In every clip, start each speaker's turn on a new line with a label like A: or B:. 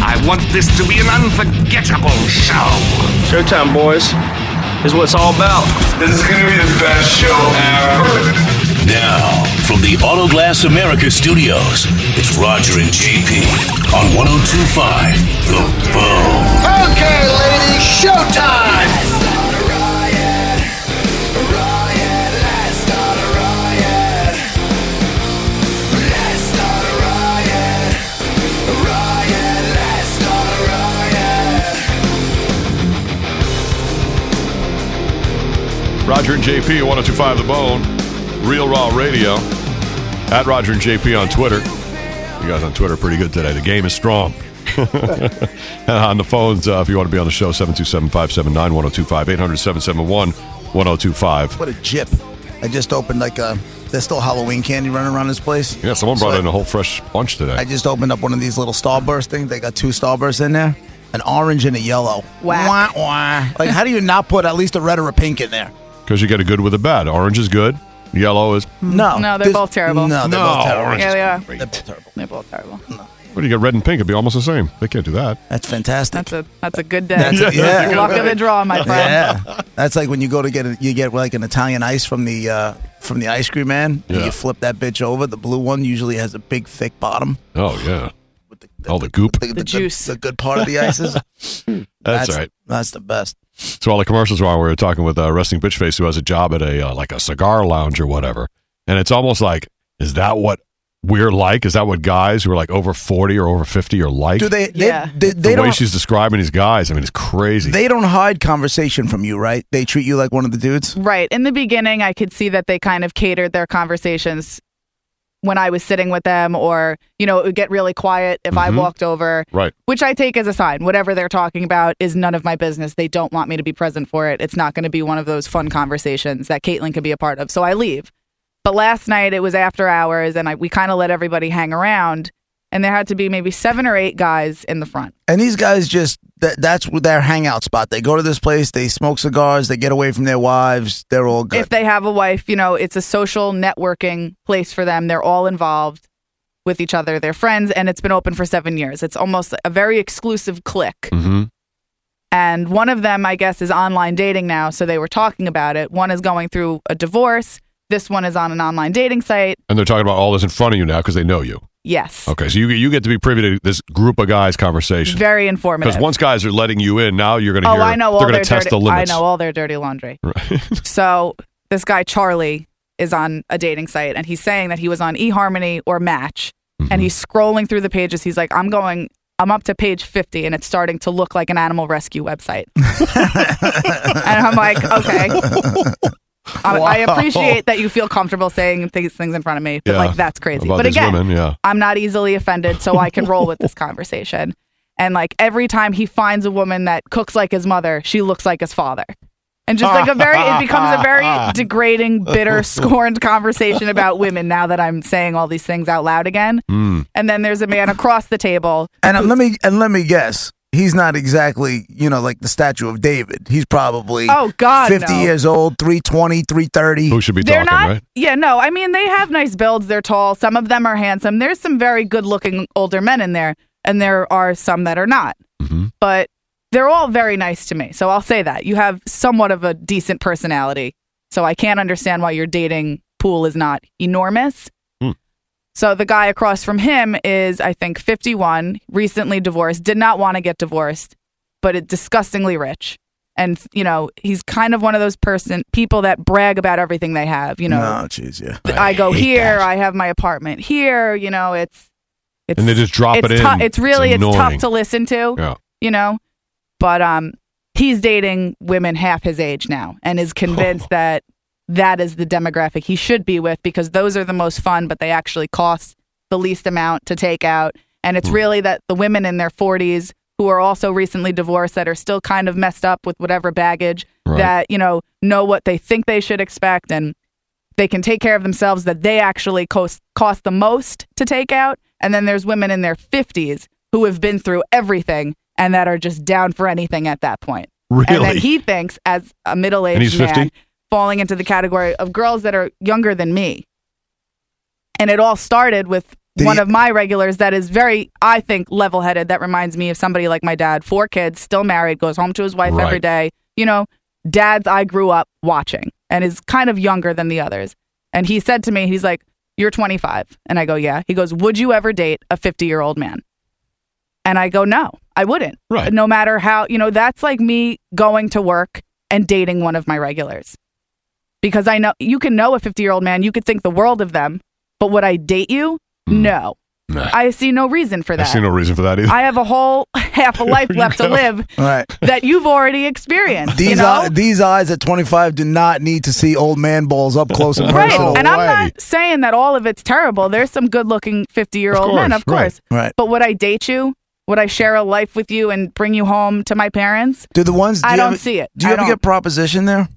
A: I want this to be an unforgettable show.
B: Showtime, boys. Is what it's all about.
C: This is gonna be the best show ever.
D: Now, from the Autoglass America studios, it's Roger and JP on 1025 The Bone.
E: Okay, ladies, showtime!
F: Roger and JP, 1025 The Bone, Real Raw Radio, at Roger and JP on Twitter. You guys on Twitter are pretty good today. The game is strong. and on the phones, uh, if you want to be on the show, 727 579 1025 800 771 1025.
G: What a jip. I just opened like a. There's still Halloween candy running around this place.
F: Yeah, someone
G: So
F: brought
G: I-
F: in a whole fresh bunch today.
G: I just opened up one of these little starburst things. They got two starbursts in there an orange and a yellow.
H: Whack.
G: Wah, wah. Like, how do you not put at least a red or a pink in there?
F: Because you get a good with a bad. Orange is good, yellow is.
G: No.
H: No, they're
G: This-
H: both terrible.
G: No, they're
F: No,
G: Oh, both terrible.
F: orange
H: Yeah, they are.
G: They're both terrible.
H: They're both terrible.
F: What do you get? Red and pink, it'd be almost the same. They can't do that.
G: That's fantastic.
H: That's a that's a good day.
G: That's a- yeah.
H: Luck of the draw, my friend.
G: yeah, that's like when you go to get a, you get like an Italian ice from the uh, from the ice cream man. and
F: Yeah.
G: You flip that bitch over. The blue one usually has a big thick bottom.
F: Oh, yeah. All the goop.
G: The, the,
H: juice.
G: the good part of the ices.
F: That's, right.
G: That's the best.
F: So while the commercials were on, we were talking with uh, wrestling bitch face who has a job at a uh, like a cigar lounge or whatever, and it's almost like, is that what we're like? Is that what guys who are like over forty or over fifty are like?
G: Do they? They,
H: Yeah.
G: they, they
F: the way
G: don't.
F: she's describing these guys, I mean, it's crazy.
G: They don't hide conversation from you, right? They treat you like one of the dudes.
H: Right. In the beginning, I could see that they kind of catered their conversations when I was sitting with them, or, you know, it would get really quiet if I walked over,
F: right?
H: which I take as a sign. Whatever they're talking about is none of my business. They don't want me to be present for it. It's not going to be one of those fun conversations that Caitlin could be a part of. So I leave. But last night, it was after hours, and I, we kind of let everybody hang around, and there had to be maybe seven or eight guys in the front.
G: And these guys just that, that's their hangout spot. They go to this place. They smoke cigars. They get away from their wives. They're all good.
H: if they have a wife, you know, it's a social networking place for them. They're all involved with each other, they're friends, and it's been open for seven years. It's almost a very exclusive clique.
F: Mm-hmm.
H: And one of them, I guess, is online dating now. So they were talking about it. One is going through a divorce. This one is on an online dating site.
F: And they're talking about all this in front of you now because they know you.
H: Yes.
F: Okay, so you you get to be privy to this group of guys conversation
H: Very informative.
F: because once guys are letting you in, now you're going to
H: oh,
F: hear
H: I know
F: they're
H: all
F: going
H: their
F: to test
H: dirty,
F: the limits.
H: I know all their dirty laundry.
F: Right.
H: So this guy Charlie is on a dating site and he's saying that he was on eHarmony or Match
F: Mm-hmm.
H: and he's scrolling through the pages. He's like, I'm going I'm up to page 50 and it's starting to look like an animal rescue website. and I'm like, okay. I, I
G: Wow.
H: appreciate that you feel comfortable saying these things in front of me, but
F: Yeah.
H: like that's crazy.
F: About
H: but
F: these
H: again,
F: women, yeah.
H: I'm not easily offended, so I can roll with this conversation. And like every time he finds a woman that cooks like his mother, she looks like his father. And just like a very, it becomes a very degrading, bitter, scorned conversation about women now that I'm saying all these things out loud again.
F: Mm.
H: And then there's a man across the table.
G: and uh, let me and let me guess. He's not exactly you know like the statue of David. He's probably
H: Oh, God,
G: 50
H: no.
G: years old, 320, 330.
F: Who should be
H: They're
F: talking,
H: not,
F: right?
H: yeah, no. I mean, they have nice builds. They're tall. Some of them are handsome. There's some very good looking older men in there, and there are some that are not.
F: Mhm.
H: But they're all very nice to me. So I'll say that. You have somewhat of a decent personality. So I can't understand why your dating pool is not enormous.
F: Hmm.
H: So the guy across from him is, I think, 51, recently divorced, did not want to get divorced, but it, disgustingly rich. And you know he's kind of one of those person people that brag about everything they have. You know,
G: No, jeez, yeah.
H: I, go
F: hate
H: here.
F: that.
H: I have my apartment here. You know, it's it's
F: And they just drop
H: it's
F: it in.
H: tou- It's really it's, tough
F: annoying.
H: to listen to.
F: Yeah.
H: You know, but um, he's dating women half his age now, and is convinced that that is the demographic he should be with because those are the most fun, but they actually cost the least amount to take out, And it's really that the women in their 40s who are also recently divorced that are still kind of messed up with whatever baggage
I: Right.
H: that, you know, know what they think they should expect and they can take care of themselves that they actually cost, cost the most to take out. And then there's women in their 50s who have been through everything and that are just down for anything at that point. And then
F: Really?
H: he thinks, as a middle
F: And he's
H: aged
F: 50?
H: man, falling into the category of girls that are younger than me. And it all started with one of my regulars that is very, I think, level headed. That reminds me of somebody like my dad, four kids, still married, goes home to his wife every
I: Right.
H: day. You know, dads I grew up watching and is kind of younger than the others. And he said to me, he's like, You're 25. And I go, Yeah. He goes, Would you ever date a 50 year old man? And I go, no, I wouldn't.
F: Right.
H: No matter how, you know, that's like me going to work and dating one of my regulars. Because I know you can know a 50 year old man, you could think the world of them, but would I date you? No.
F: Hmm. Nah.
H: I see no reason for
F: I
H: that.
F: see no reason for that either.
H: I have a whole half a life left to live
G: Right.
H: that you've already experienced.
G: These
H: you know?
G: eye- these eyes at 25 do not need to see old man balls up close and
H: Right.
G: personal.
H: And I'm not saying that all of it's terrible. There's some good looking 50 year old men,
G: course,
H: of course.
G: right, right.
H: But would I date you? Would I share a life with you and bring you home to my parents?
G: Do the ones? Do
H: I
G: you
H: don't
G: ever-
H: see it.
G: Do you
H: I
G: ever
H: don't.
G: get proposition there?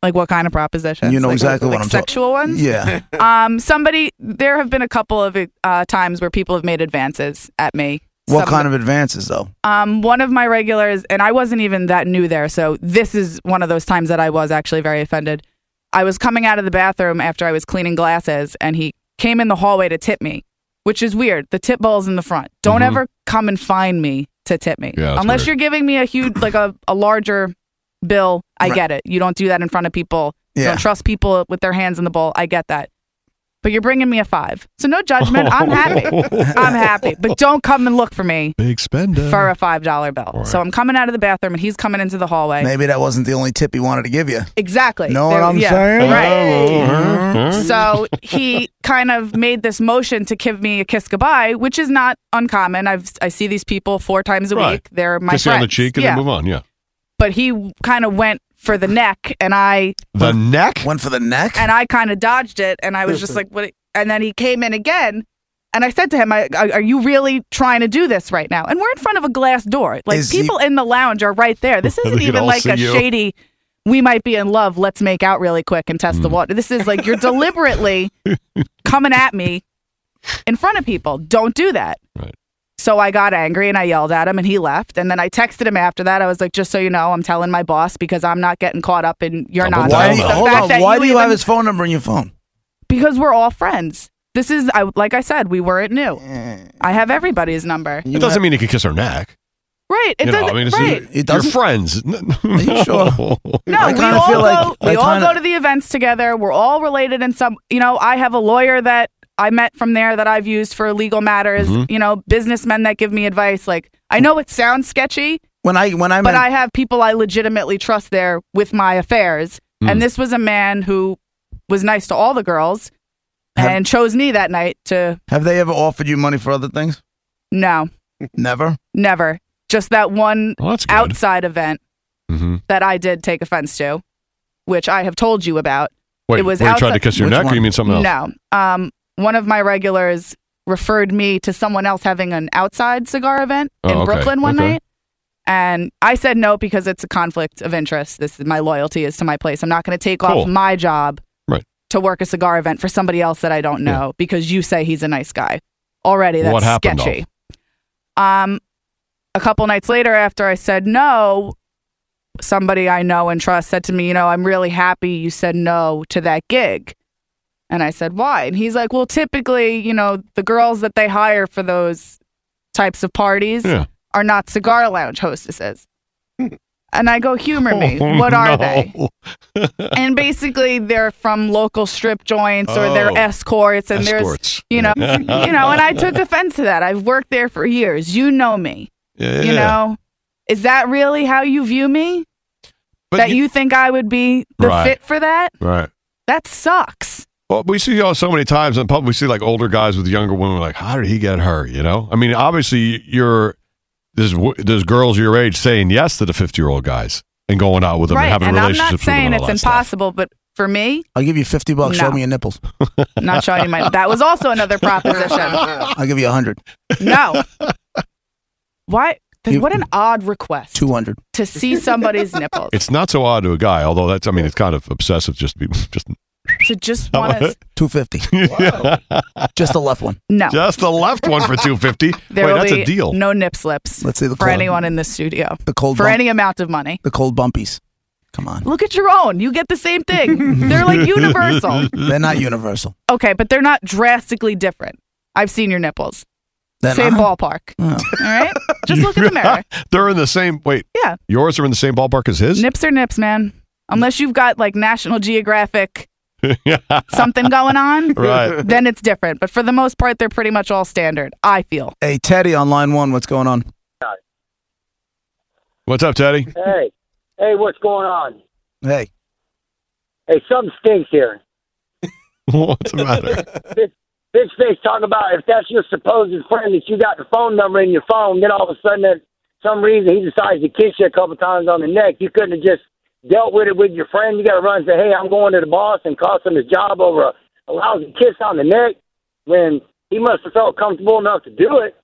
H: Like what kind of proposition?
G: You know
H: Like-
G: exactly
H: like
G: what I'm talking.
H: Sexual ones?
G: Yeah.
H: um, somebody. There have been a couple of uh, times where people have made advances at me.
G: What kind of advances though?
H: Um, one of my regulars, and I wasn't even that new there, so this is one of those times that I was actually very offended. I was coming out of the bathroom after I was cleaning glasses, and he came in the hallway to tip me, which is weird. The tip ball's in the front. Don't
I: Mhm.
H: ever come and find me to tip me.
I: Yeah, that's
H: Unless
I: weird.
H: you're giving me a huge, like a, a larger bill, I
I: Right.
H: get it. You don't do that in front of people. You
I: Yeah.
H: Don't trust people with their hands in the bowl. I get that. But you're bringing me a five. So no judgment. I'm
F: Oh.
H: happy. I'm happy. But don't come and look for me
F: Big spender.
H: for a five dollar bill. So I'm coming out of the bathroom and he's coming into the hallway.
G: Maybe that wasn't the only tip he wanted to give you.
H: exactly.
G: Know what
H: There-
G: I'm
H: yeah,
G: saying?
F: Uh-huh.
H: Right. so he kind of made this motion to give me a kiss goodbye, which is not uncommon. I've I see these people four times a
F: Right.
H: week. They're my
F: Kiss you
H: friends.
F: on the cheek and
H: yeah.
F: then move on. Yeah.
H: But he kind of went for the neck, and I
F: The neck?
G: Went for the neck?
H: and I kind of dodged it, and I was just like, "What?" And then he came in again, and I said to him, I, I- "Are you really trying to do this right now?" And we're in front of a glass door. Like
I: Is he-
H: people in the lounge are right there. This
I: They
H: isn't
I: can
H: even
I: all
H: like
I: see
H: a
I: you.
H: shady. We might be in love. Let's make out really quick and test the
I: Hmm.
H: water. This is like you're deliberately coming at me in front of people. Don't do that.
F: Right.
H: So I got angry and I yelled at him and he left. And then I texted him after that. I was like, just so you know, I'm telling my boss because I'm not getting caught up in your nonsense.
G: Oh, Why do you,
H: The
G: hold
H: fact
G: on.
H: that
G: Why do you have
H: even-
G: his phone number in your phone?
H: because we're all friends. This is, I, like I said, we weren't new.
G: Eh.
H: I have everybody's number.
F: It doesn't mean he could kiss her neck.
H: Right. It
F: you know,
H: doesn't.
F: I mean, it's
H: right.
F: you're friends. N- no.
H: No, we
F: kinda
H: all,
F: feel
H: go,
F: like-
H: we
F: I
H: all
F: kinda-
H: go to the events together. We're all related in some, you know, I have a lawyer that I met from there that I've used for legal matters,
G: Mhm.
F: Mm-hmm.
H: you know, businessmen that give me advice. Like, I know it sounds sketchy,
G: When I when I
H: but
G: met-
H: I have people I legitimately trust there with my affairs.
G: Mm.
H: And this was a man who was nice to all the girls and chose me that night to,
G: Have they ever offered you money for other things?
H: no.
G: Never.
H: Never. Just that one
G: Well, that's good. Mm-hmm.
H: outside event that I did take offense to, which I have told you about.
F: Wait,
H: it was
F: where he tried
H: outside-
F: to kiss your Which neck, or you one? mean something else?
H: No. Um, one of my regulars referred me to someone else having an outside cigar event
I: Oh,
H: in
I: okay,
H: Brooklyn one
I: okay.
H: night. And I said no because it's a conflict of interest. This is my loyalty is to my place. I'm not going to take
I: Cool.
H: off my job
F: Right.
H: to work a cigar event for somebody else that I don't know because you say he's a nice guy. Already that's
I: What happened, though?
H: sketchy. Um, a couple nights later, after I said no, somebody I know and trust said to me, You know, I'm really happy you said no to that gig. And I said, Why? And he's like, Well, typically, you know, the girls that they hire for those types of parties
I: Yeah.
H: are not cigar lounge hostesses. And I go, Humor me.
I: Oh,
H: what are
I: no.
H: they? and basically, they're from local strip joints or
I: Oh.
H: they're escorts. And
I: Escorts.
H: there's, you know, you know, and I took offense to that. I've worked there for years. You know me.
F: Yeah.
H: You know, is that really how you view me? that you, think I would be the
F: Right.
H: fit for that?
F: Right.
H: That sucks.
F: Well, we see all so many times in public. We see like older guys with younger women. We're like, how did he get her? You know, I mean, obviously, you're there's w- there's girls your age saying yes to the fifty year old guys and going out with them and
H: right.
F: having
H: And I'm
F: relationships
H: not
F: with them.
H: saying
F: and
H: it's
F: all that stuff.
H: impossible, but For me,
G: I'll give you 50 bucks. Show
H: No.
G: me your nipples.
H: not showing you my. That was also another proposition.
G: I'll give you 100,
H: No. What?
G: You-
H: What an odd request
G: 200.
H: to see somebody's nipples.
F: It's not so odd to a guy, although that's, I mean, it's kind of obsessive just to be, just,
H: To just want to.
G: 250. Just the left one.
H: No.
F: just the left one for 250. Wait,
H: There will
F: that's
H: be
F: a deal.
H: no nip slips
G: Let's see the
H: for
G: cold-
H: anyone in the studio
G: The cold
H: for
G: bump-
H: any amount of money.
G: The cold bumpies. Come on.
H: Look at your own. You get the same thing. they're like universal.
G: They're not universal.
H: Okay, but they're not drastically different. I've seen your nipples.
G: They're
H: same
G: not.
H: ballpark. All right? Just look in the mirror.
F: They're in the same, wait,
H: Yeah.
F: yours are in the same ballpark as his?
H: Nips are nips, man. Unless you've got like National Geographic something going on,
F: Right.
H: then it's different. But for the most part, they're pretty much all standard, I feel.
G: Hey, Teddy on line one, what's going on?
F: What's up, Teddy?
I: Hey, hey, what's going on?
G: Hey.
I: Hey, something stinks here.
F: What's the matter?
I: Bitch face talking about if that's your supposed friend that you got the phone number in your phone, then all of a sudden, that some reason he decides to kiss you a couple times on the neck. You couldn't have just dealt with it with your friend. You got to run and say, hey, I'm going to the boss and cost him his job over a, a lousy kiss on the neck when he must have felt comfortable enough to do it.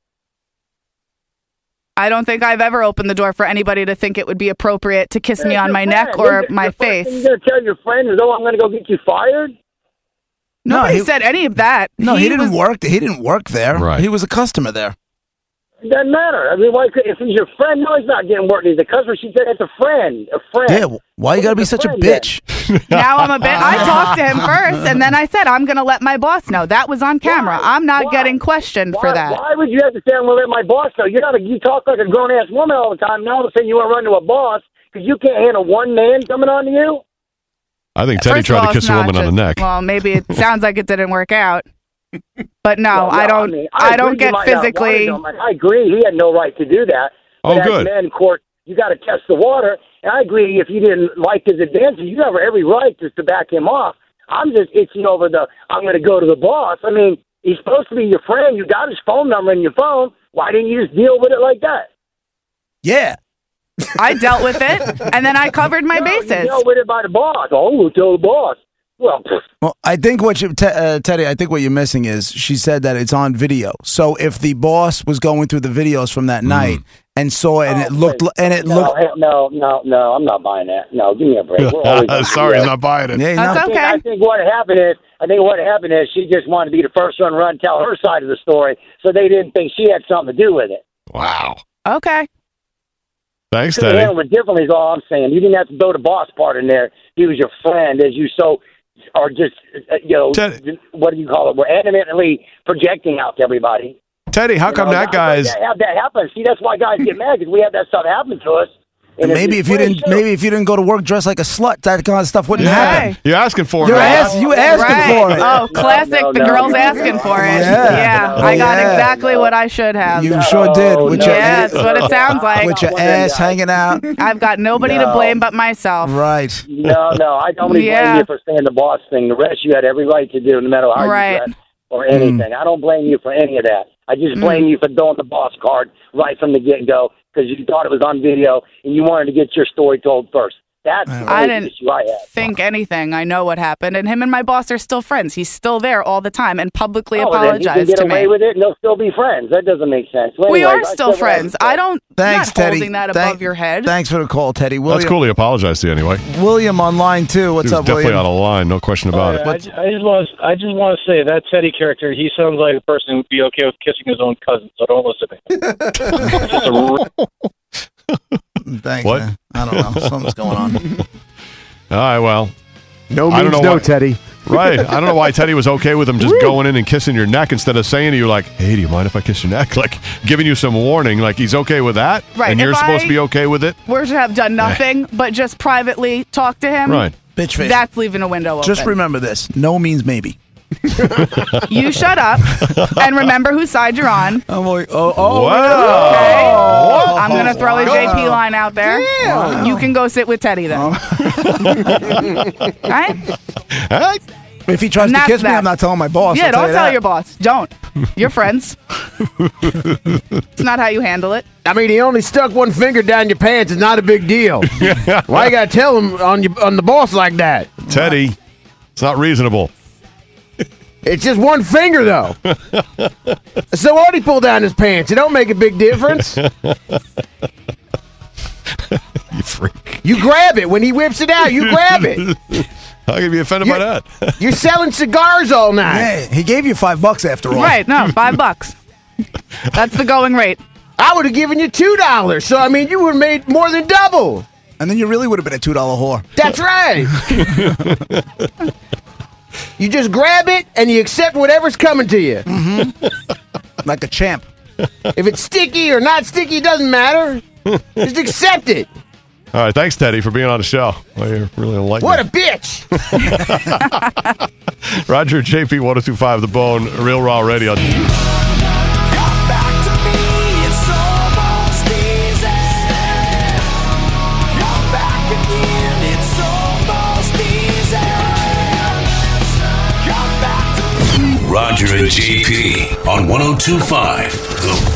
H: I don't think I've ever opened the door for anybody to think it would be appropriate to kiss me
I: That's
H: on
I: your
H: my
I: friend.
H: neck or
I: Isn't it
H: my
I: the first thing You're
H: face.
I: going to tell your friend is, oh, I'm going to go get you fired?
H: Nobody
G: he-
H: said any of that.
G: No, he, didn't
H: was-
G: work. He didn't work there.
F: Right.
G: He was a customer there.
I: It doesn't matter. I mean, why could, if he's your friend, no, he's not getting worked. He's a customer. She said it's a friend. A friend.
G: Yeah. Why you gotta be
I: It's
G: such a
I: friend then.
G: bitch?
H: Now I'm a bit. I talked to him first, and then I said I'm gonna let my boss know. That was on camera.
I: Why?
H: I'm not
I: Why?
H: getting questioned
I: Why,
H: for that.
I: Why would you have to say I'm going to let my boss know? You're not. A, you talk like a grown ass woman all the time. Now all of a sudden you want to run to a boss because you can't handle one man coming on to you.
F: I think Teddy
H: First of
F: tried
H: all,
F: to kiss
H: it's
F: a
H: not
F: woman on the
H: just-
F: neck.
H: Well, maybe it sounds like it didn't work out. But no,
I: Well,
H: I
I: no,
H: don't. I,
I: mean, agree
H: don't
I: you might
H: get
I: not want
H: physically.
I: him. I agree. He had no right to do that.
F: Oh,
I: but
F: good.
I: As men, of course, you got to test the water. And I agree. If you didn't like his advances, you have every right just to back him off. I'm just itching over the. I'm going to go to the boss. I mean, he's supposed to be your friend. You got his phone number in your phone. Why didn't you just deal with it like that?
G: Yeah.
H: I dealt with it, and then I covered my
I: No, you
H: bases.
I: dealt with it by the boss. Oh, we'll tell the boss. Well, pfft,
G: Well, I think what you, Te- uh, Teddy, I think what you're missing is she said that it's on video. So if the boss was going through the videos from
F: Mm.
G: that night and saw
H: Oh,
G: it and it looked li- and it
I: no,
G: looked,
I: hell, no, no, no. I'm not buying that. No, give me a break. We're always gonna do
F: Sorry,
I: that.
F: he's not buying it.
G: yeah, you know,
H: That's okay.
I: I think what happened is, I think what happened is she just wanted to be the first one to run, and tell her side of the story, so they didn't think she had something to do with it.
F: Wow.
H: Okay.
F: Thanks,
I: Could have
F: Teddy.
I: handled it differently is all I'm saying. You didn't have to throw the boss part in there. He was your friend, as you so are just, uh, you know,
F: Ted-
I: what do you call it? We're animately projecting out to everybody.
F: Teddy, how
I: You
F: come
I: know,
F: that
I: not
F: guy's
I: that, have that happen? See, that's why guys get mad because we have that stuff happen to us. And
G: maybe if you
I: pretty
G: didn't,
I: sure-
G: maybe if you didn't go to work dressed like a slut, that kind of stuff wouldn't
H: Yeah.
G: happen.
H: Right.
F: You're asking for it.
G: You're
F: right?
G: ask- you asking for it.
H: Oh,
I: No,
H: classic.
I: no,
H: the
I: no,
H: girl's
I: no,
H: asking
I: no.
H: for it.
G: Yeah.
H: Yeah,
G: Oh,
H: I got
G: yeah.
H: exactly what I should have.
G: You sure did. With your,
H: Yeah, that's what it sounds like.
G: with your ass hanging out.
H: I've got nobody to
I: No.
H: blame but myself.
G: Right.
I: No, no, I don't blame
H: Yeah.
I: you for saying the boss thing. The rest you had every right to do, no matter how
H: Right. Mm.
I: you dress or anything. I don't blame you for any of that. I just blame you for throwing the boss card right from the get go because you thought it was on video and you wanted to get your story told first. That's the
H: I
I: I
H: didn't-
I: issue I had.
H: Think anything. I know what happened, and him and my boss are still friends. He's still there all the time and publicly
I: Oh, then you can
H: apologized
I: get
H: to
I: away
H: me.
I: with it and they'll still be friends. That doesn't make sense. Well,
H: we are
I: anyways, I
H: still
I: said what I
H: friends.
I: said.
H: I don't.
G: Thanks,
H: not
G: Teddy.
H: Holding that
G: Thank-
H: above your head.
G: Thanks for the call, Teddy. William,
F: That's cool. He apologized to you anyway.
G: William on line two. What's
F: he was
G: up,
F: definitely
G: William?
F: out of line. No
H: Oh,
F: question about it.
J: I, ju- I just want to, I just want to say that Teddy character, he sounds like a person who'd be okay with kissing his own cousin. So don't listen to him. It's just a r-
G: Thanks,
F: What?
G: man. I don't know. Something's going on.
F: All right. Well,
K: No
F: I don't
K: means
F: know
K: no,
F: why-
K: Teddy.
F: right. I don't know why Teddy was okay with him just going in and kissing your neck instead of saying to you like, "Hey, do you mind if I kiss your neck?" Like giving you some warning. Like he's okay with that,
H: Right,
F: And you're
H: if
F: supposed
H: I-
F: to be okay with it,
H: We should have done nothing but just privately talk to him.
F: right?
G: Bitch face.
H: That's leaving a window open.
G: Just remember this. No means maybe.
H: you shut up and remember whose side you're on.
G: I'm like, oh, oh.
F: Wow.
H: Okay.
L: Oh.
F: What?
H: I'm gonna throw a JP line out there.
L: Um.
H: You can go sit with Teddy then. All right.
F: Hey,
L: If he tries
H: And
L: to
H: that's
L: kiss me,
H: that.
L: I'm not telling my boss.
H: yeah,
L: I'll
H: don't
L: you
H: tell
L: that.
H: your boss. Don't. You're friends. it's not how you handle it.
D: I mean, he only stuck one finger down your pants. It's not a big deal. Why you gotta tell him on your on the boss like that?
F: Teddy, it's not reasonable.
D: It's just one finger though. so what he pulled down his pants? It don't make a big difference.
F: you freak.
D: You grab it when he whips it out. You grab it.
F: How can you be offended by that?
D: You're selling cigars all night.
L: Yeah, he gave you five bucks after all.
H: Right, no, five bucks. That's the going rate.
D: I would have given you two dollars. So I mean, you would have made more than double.
L: And then you really would have been a two dollar whore.
D: That's right. you just grab it and you accept whatever's coming to you.
L: like a champ.
D: If it's sticky or not sticky, doesn't matter. Just accept it.
F: All right, thanks, Teddy, for being on the show. Well, you're really enlightening.
D: What a bitch!
F: Roger JP 1025 The Bone, Real Raw Radio.
D: oh
G: Roger and JP on 1025 The